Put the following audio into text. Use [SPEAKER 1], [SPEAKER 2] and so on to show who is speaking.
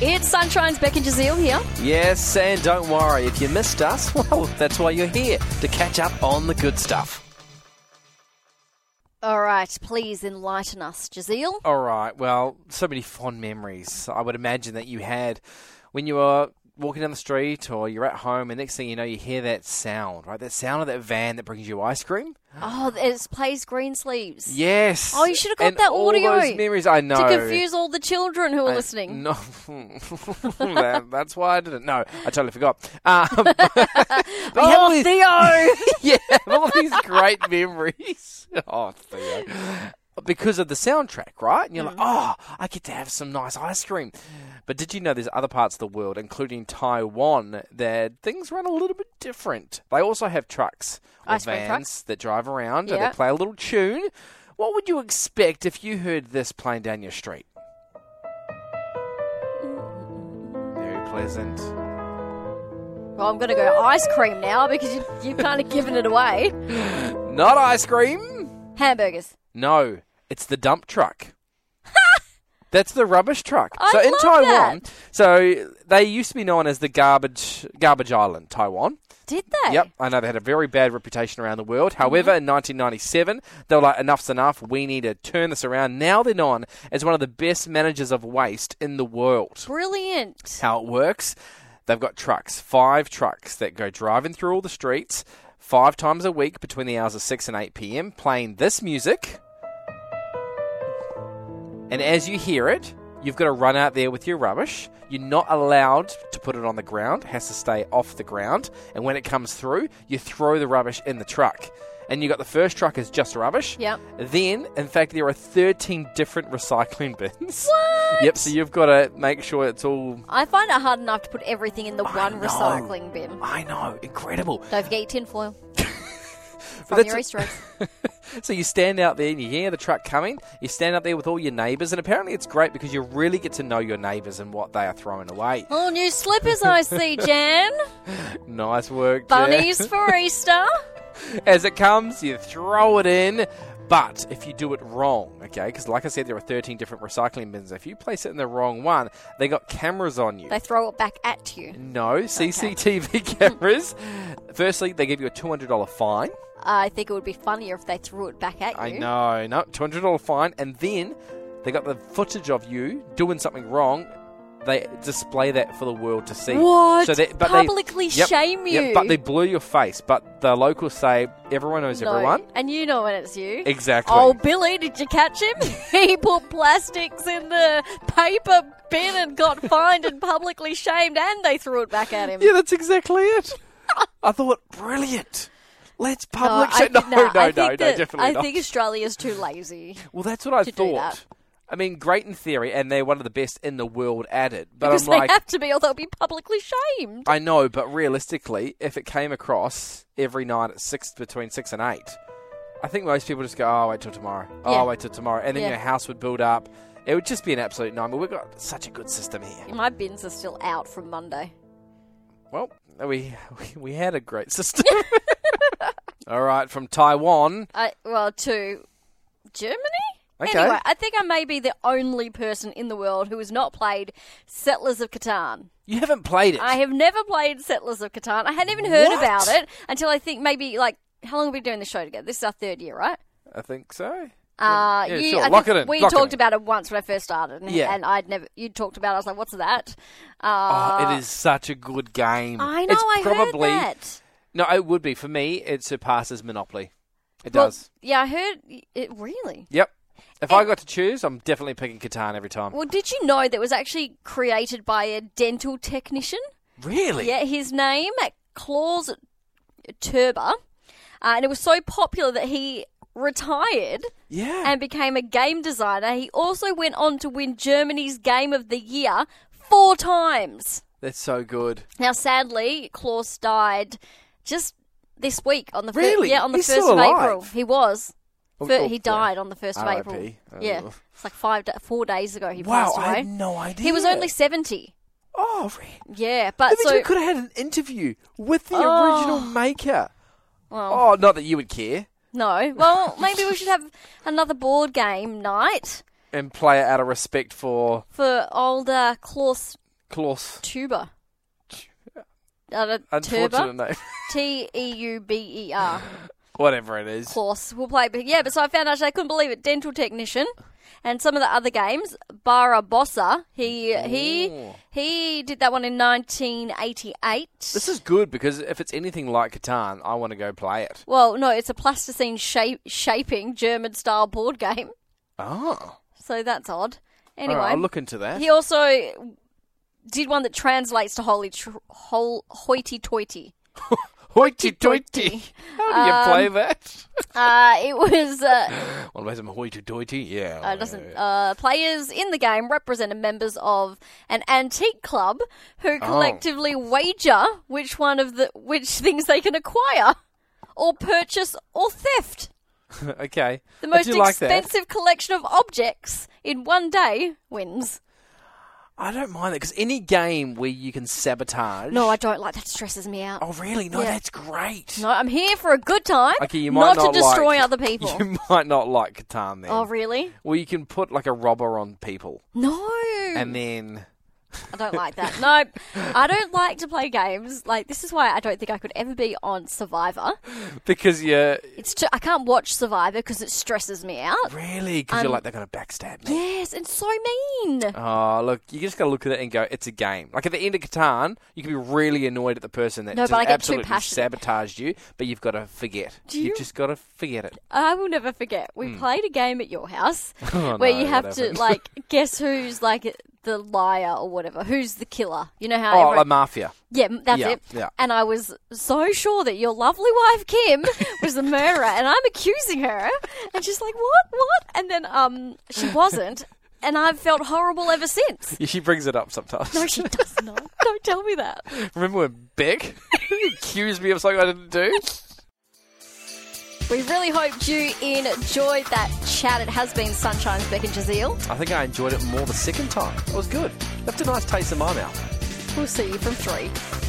[SPEAKER 1] It's Sunshine's Becky Jazeel here.
[SPEAKER 2] Yes, and don't worry, if you missed us, well, that's why you're here, to catch up on the good stuff.
[SPEAKER 1] All right, please enlighten us, Jazeel.
[SPEAKER 2] All right, well, so many fond memories I would imagine that you had when you were walking down the street or you're at home, and next thing you know, you hear that sound, right? That sound of that van that brings you ice cream.
[SPEAKER 1] Oh, it plays green sleeves.
[SPEAKER 2] Yes.
[SPEAKER 1] Oh, you should have got
[SPEAKER 2] and
[SPEAKER 1] that
[SPEAKER 2] all
[SPEAKER 1] audio
[SPEAKER 2] those memories, I know.
[SPEAKER 1] To confuse all the children who are
[SPEAKER 2] I-
[SPEAKER 1] listening.
[SPEAKER 2] No, That- that's why I didn't. No, I totally forgot. Um, but you have all
[SPEAKER 1] Oh,
[SPEAKER 2] these-
[SPEAKER 1] Theo!
[SPEAKER 2] yeah, all these great memories. Oh, Theo. Because of the soundtrack, right? And you're
[SPEAKER 1] Mm.
[SPEAKER 2] like, oh, I get to have some nice ice cream. But did you know there's other parts of the world, including Taiwan, that things run a little bit different? They also have trucks or
[SPEAKER 1] Ice cream
[SPEAKER 2] vans
[SPEAKER 1] trucks?
[SPEAKER 2] that drive around and
[SPEAKER 1] Yeah.
[SPEAKER 2] they play a little tune. What would you expect if you heard this playing down your street? Very pleasant.
[SPEAKER 1] well, I'm going to go ice cream now because you, you've kind of given it away.
[SPEAKER 2] Not ice cream.
[SPEAKER 1] Hamburgers.
[SPEAKER 2] No, it's the dump truck. That's the rubbish truck.
[SPEAKER 1] I
[SPEAKER 2] so in
[SPEAKER 1] love
[SPEAKER 2] Taiwan,
[SPEAKER 1] that.
[SPEAKER 2] so they used to be known as the garbage garbage island, Taiwan.
[SPEAKER 1] Did they?
[SPEAKER 2] Yep, I know they had a very bad reputation around the world. However, in 1997, they were like, "Enough's enough. We need to turn this around." Now they're known as one of the best managers of waste in the world
[SPEAKER 1] Brilliant.
[SPEAKER 2] how it works. They've got trucks, five trucks that go driving through all the streets five times a week between the hours of 6 and 8 p.m., playing this music. And as you hear it, you've got to run out there with your rubbish. You're not allowed to put it on the ground, it has to stay off the ground. And when it comes through, you throw the rubbish in the truck. And you got the first truck is just rubbish.
[SPEAKER 1] Yep.
[SPEAKER 2] Then, in fact, there are 13 different recycling bins. What? Yep, so you've got to make sure it's all
[SPEAKER 1] I find it hard enough to put everything in the one
[SPEAKER 2] know.
[SPEAKER 1] recycling bin.
[SPEAKER 2] I know, incredible.
[SPEAKER 1] Don't forget your tinfoil from
[SPEAKER 2] that's
[SPEAKER 1] your
[SPEAKER 2] a-
[SPEAKER 1] Easter eggs.
[SPEAKER 2] So you stand out there and you hear the truck coming. You stand out there with all your neighbours, and apparently it's great because you really get to know your neighbours and what they are throwing away.
[SPEAKER 1] Oh, new slippers I see, Jan.
[SPEAKER 2] Nice work, Jan.
[SPEAKER 1] Bunnies for Easter.
[SPEAKER 2] As it comes, you throw it in. But if you do it wrong, okay, because like I said, there are 13 different recycling bins. If you place it in the wrong one, they got cameras on you.
[SPEAKER 1] They throw it back at you.
[SPEAKER 2] no, CCTV cameras. Firstly, they give you a $200 fine.
[SPEAKER 1] I think it would be funnier if they threw it back at you.
[SPEAKER 2] I know, no, two hundred dollar fine, and then they got the footage of you doing something wrong. They display that for the world to see.
[SPEAKER 1] What?
[SPEAKER 2] So they, but
[SPEAKER 1] Publicly
[SPEAKER 2] they, yep,
[SPEAKER 1] shame you.
[SPEAKER 2] Yep, but they blur your face. But the locals say everyone knows
[SPEAKER 1] No,
[SPEAKER 2] everyone.
[SPEAKER 1] And you know when it's you.
[SPEAKER 2] Exactly.
[SPEAKER 1] Oh, Billy, did you catch him? he put plastics in the paper bin and got fined and publicly shamed, and they threw it back at him.
[SPEAKER 2] yeah, that's exactly it. I thought brilliant. Let's publish
[SPEAKER 1] I
[SPEAKER 2] it. No,
[SPEAKER 1] thi-
[SPEAKER 2] no, no,
[SPEAKER 1] I
[SPEAKER 2] no,
[SPEAKER 1] think that-
[SPEAKER 2] definitely
[SPEAKER 1] I
[SPEAKER 2] not.
[SPEAKER 1] think Australia's too lazy.
[SPEAKER 2] well, that's what I
[SPEAKER 1] to do
[SPEAKER 2] thought.
[SPEAKER 1] that.
[SPEAKER 2] I mean, great in theory, and they're one of the best in the world at it. But
[SPEAKER 1] Because
[SPEAKER 2] I'm like,
[SPEAKER 1] they have to be, or they'll be publicly shamed.
[SPEAKER 2] I know, but realistically, if it came across every night at six between six and eight, I think most people just go, "Oh, wait till tomorrow. Oh,
[SPEAKER 1] Yeah.
[SPEAKER 2] wait till tomorrow," and then
[SPEAKER 1] Yeah.
[SPEAKER 2] your house would build up. It would just be an absolute nightmare. We've got such a good system here.
[SPEAKER 1] My bins are still out from Monday.
[SPEAKER 2] Well, we we had a great system. All right, from Taiwan.
[SPEAKER 1] I, Uh, well, to Germany?
[SPEAKER 2] Okay.
[SPEAKER 1] Anyway, I think I may be the only person in the world who has not played Settlers of Catan.
[SPEAKER 2] You haven't played it.
[SPEAKER 1] I have never played Settlers of Catan. I hadn't even heard
[SPEAKER 2] What?
[SPEAKER 1] about it until I think maybe like how long have we been doing the show together? This is our third year, right?
[SPEAKER 2] I think so.
[SPEAKER 1] Uh,
[SPEAKER 2] Yeah,
[SPEAKER 1] you,
[SPEAKER 2] sure.
[SPEAKER 1] I
[SPEAKER 2] Lock
[SPEAKER 1] think
[SPEAKER 2] it in.
[SPEAKER 1] We
[SPEAKER 2] Lock it
[SPEAKER 1] talked
[SPEAKER 2] in.
[SPEAKER 1] about it once when I first started, and,
[SPEAKER 2] Yeah.
[SPEAKER 1] and I'd never. You talked about. it. I was like, "What's that?" Uh,
[SPEAKER 2] Oh, it is such a good game.
[SPEAKER 1] I know.
[SPEAKER 2] It's
[SPEAKER 1] I
[SPEAKER 2] probably,
[SPEAKER 1] heard that.
[SPEAKER 2] No, it would be for me. It surpasses Monopoly. It
[SPEAKER 1] Well,
[SPEAKER 2] does.
[SPEAKER 1] yeah, I heard it. Really?
[SPEAKER 2] Yep. If I got to choose, I'm definitely picking Catan every time.
[SPEAKER 1] Well, did you know that it was actually created by a dental technician?
[SPEAKER 2] Really?
[SPEAKER 1] Yeah, his name Claus Turber, uh, and it was so popular that he retired
[SPEAKER 2] Yeah.
[SPEAKER 1] and became a game designer. He also went on to win Germany's Game of the Year four times.
[SPEAKER 2] That's so good.
[SPEAKER 1] Now, sadly, Klaus died just this week on the fir-
[SPEAKER 2] Really?
[SPEAKER 1] yeah on the
[SPEAKER 2] He's
[SPEAKER 1] first
[SPEAKER 2] still
[SPEAKER 1] of
[SPEAKER 2] alive?
[SPEAKER 1] April. He was.
[SPEAKER 2] Oh,
[SPEAKER 1] Fir-
[SPEAKER 2] oh,
[SPEAKER 1] he
[SPEAKER 2] yeah.
[SPEAKER 1] died on the first of
[SPEAKER 2] R.I.P..
[SPEAKER 1] April.
[SPEAKER 2] Oh.
[SPEAKER 1] Yeah, it's like five, da four days ago. He
[SPEAKER 2] wow,
[SPEAKER 1] passed away.
[SPEAKER 2] I had no idea.
[SPEAKER 1] He was only seventy.
[SPEAKER 2] Oh, really?
[SPEAKER 1] Yeah,
[SPEAKER 2] That
[SPEAKER 1] but
[SPEAKER 2] means
[SPEAKER 1] so
[SPEAKER 2] you could have had an interview with the
[SPEAKER 1] Oh.
[SPEAKER 2] original maker.
[SPEAKER 1] well,
[SPEAKER 2] Oh, not that you would care.
[SPEAKER 1] no. Well, maybe we should have another board game night
[SPEAKER 2] And play it out of respect for.
[SPEAKER 1] for older Klaus
[SPEAKER 2] Klaus.
[SPEAKER 1] uh, Tuber. Uh,
[SPEAKER 2] Unfortunate
[SPEAKER 1] Turber.
[SPEAKER 2] name.
[SPEAKER 1] T E U B E R.
[SPEAKER 2] Whatever it is.
[SPEAKER 1] course we'll play but yeah but so i found out actually, i couldn't believe it dental technician and some of the other games barra bossa he he
[SPEAKER 2] Ooh.
[SPEAKER 1] he did that one in 1988
[SPEAKER 2] This is good because if it's anything like Catan, I want to go play it.
[SPEAKER 1] well no it's a plasticine shape, shaping german style board game
[SPEAKER 2] Oh.
[SPEAKER 1] so that's odd
[SPEAKER 2] All
[SPEAKER 1] anyway
[SPEAKER 2] right, I'll look into that.
[SPEAKER 1] he also did one that translates to holy tr- whole hoity-toity
[SPEAKER 2] Hoity toity. How do you
[SPEAKER 1] Um,
[SPEAKER 2] play that?
[SPEAKER 1] uh, it was uh,
[SPEAKER 2] Well, play some hoity toity. Yeah.
[SPEAKER 1] uh, doesn't uh, players in the game represented members of an antique club
[SPEAKER 2] Oh.
[SPEAKER 1] who collectively wager which one of the which things they can acquire or purchase or theft
[SPEAKER 2] okay.
[SPEAKER 1] the
[SPEAKER 2] I
[SPEAKER 1] most
[SPEAKER 2] do like that.
[SPEAKER 1] expensive collection of objects in one day wins
[SPEAKER 2] I don't mind that because any game where you can sabotage.
[SPEAKER 1] no i don't like that stresses me out
[SPEAKER 2] Oh, really? No,
[SPEAKER 1] Yeah.
[SPEAKER 2] that's great.
[SPEAKER 1] no i'm here for a good time
[SPEAKER 2] Okay, you might not,
[SPEAKER 1] to destroy
[SPEAKER 2] like-
[SPEAKER 1] other people
[SPEAKER 2] You might not like Catan then.
[SPEAKER 1] oh really
[SPEAKER 2] Well, you can put like a robber on people,
[SPEAKER 1] no Mm.
[SPEAKER 2] and then
[SPEAKER 1] I don't like that. No, I don't like to play games. Like this is why I don't think I could ever be on Survivor.
[SPEAKER 2] because you're
[SPEAKER 1] It's too, I can't watch Survivor because it stresses me out.
[SPEAKER 2] really because
[SPEAKER 1] Um,
[SPEAKER 2] you're like they're going to backstab me.
[SPEAKER 1] Yes, it's so mean.
[SPEAKER 2] Oh, look, you just got to look at it and go, it's a game. Like at the end of Catan, you can be really annoyed at the person that
[SPEAKER 1] No,
[SPEAKER 2] just
[SPEAKER 1] but I get too
[SPEAKER 2] absolutely
[SPEAKER 1] passionate.
[SPEAKER 2] sabotaged you, but you've got to forget.
[SPEAKER 1] Do you-
[SPEAKER 2] have just got to forget it.
[SPEAKER 1] I will never forget. We played a game at your house where
[SPEAKER 2] Hmm. Oh, no,
[SPEAKER 1] you have
[SPEAKER 2] what
[SPEAKER 1] to
[SPEAKER 2] happened?
[SPEAKER 1] like guess who's like the liar or whatever, who's the killer. You know how
[SPEAKER 2] Oh,
[SPEAKER 1] everyone-
[SPEAKER 2] like Mafia.
[SPEAKER 1] Yeah, m- that's
[SPEAKER 2] Yeah,
[SPEAKER 1] it.
[SPEAKER 2] yeah.
[SPEAKER 1] And I was so sure that your lovely wife Kim was the murderer, and I'm accusing her, and she's like, "What? What?" And then um, she wasn't, and I've felt horrible ever since.
[SPEAKER 2] Yeah, she brings it up sometimes.
[SPEAKER 1] No, she does not. Don't tell me that.
[SPEAKER 2] Remember when Beck accused me of something I didn't do?
[SPEAKER 1] We really hoped you enjoyed that chat. It has been Sunshine's Beck and Jazeel.
[SPEAKER 2] I think I enjoyed it more the second time. It was good. Left a nice taste in my mouth.
[SPEAKER 1] We'll see you from three.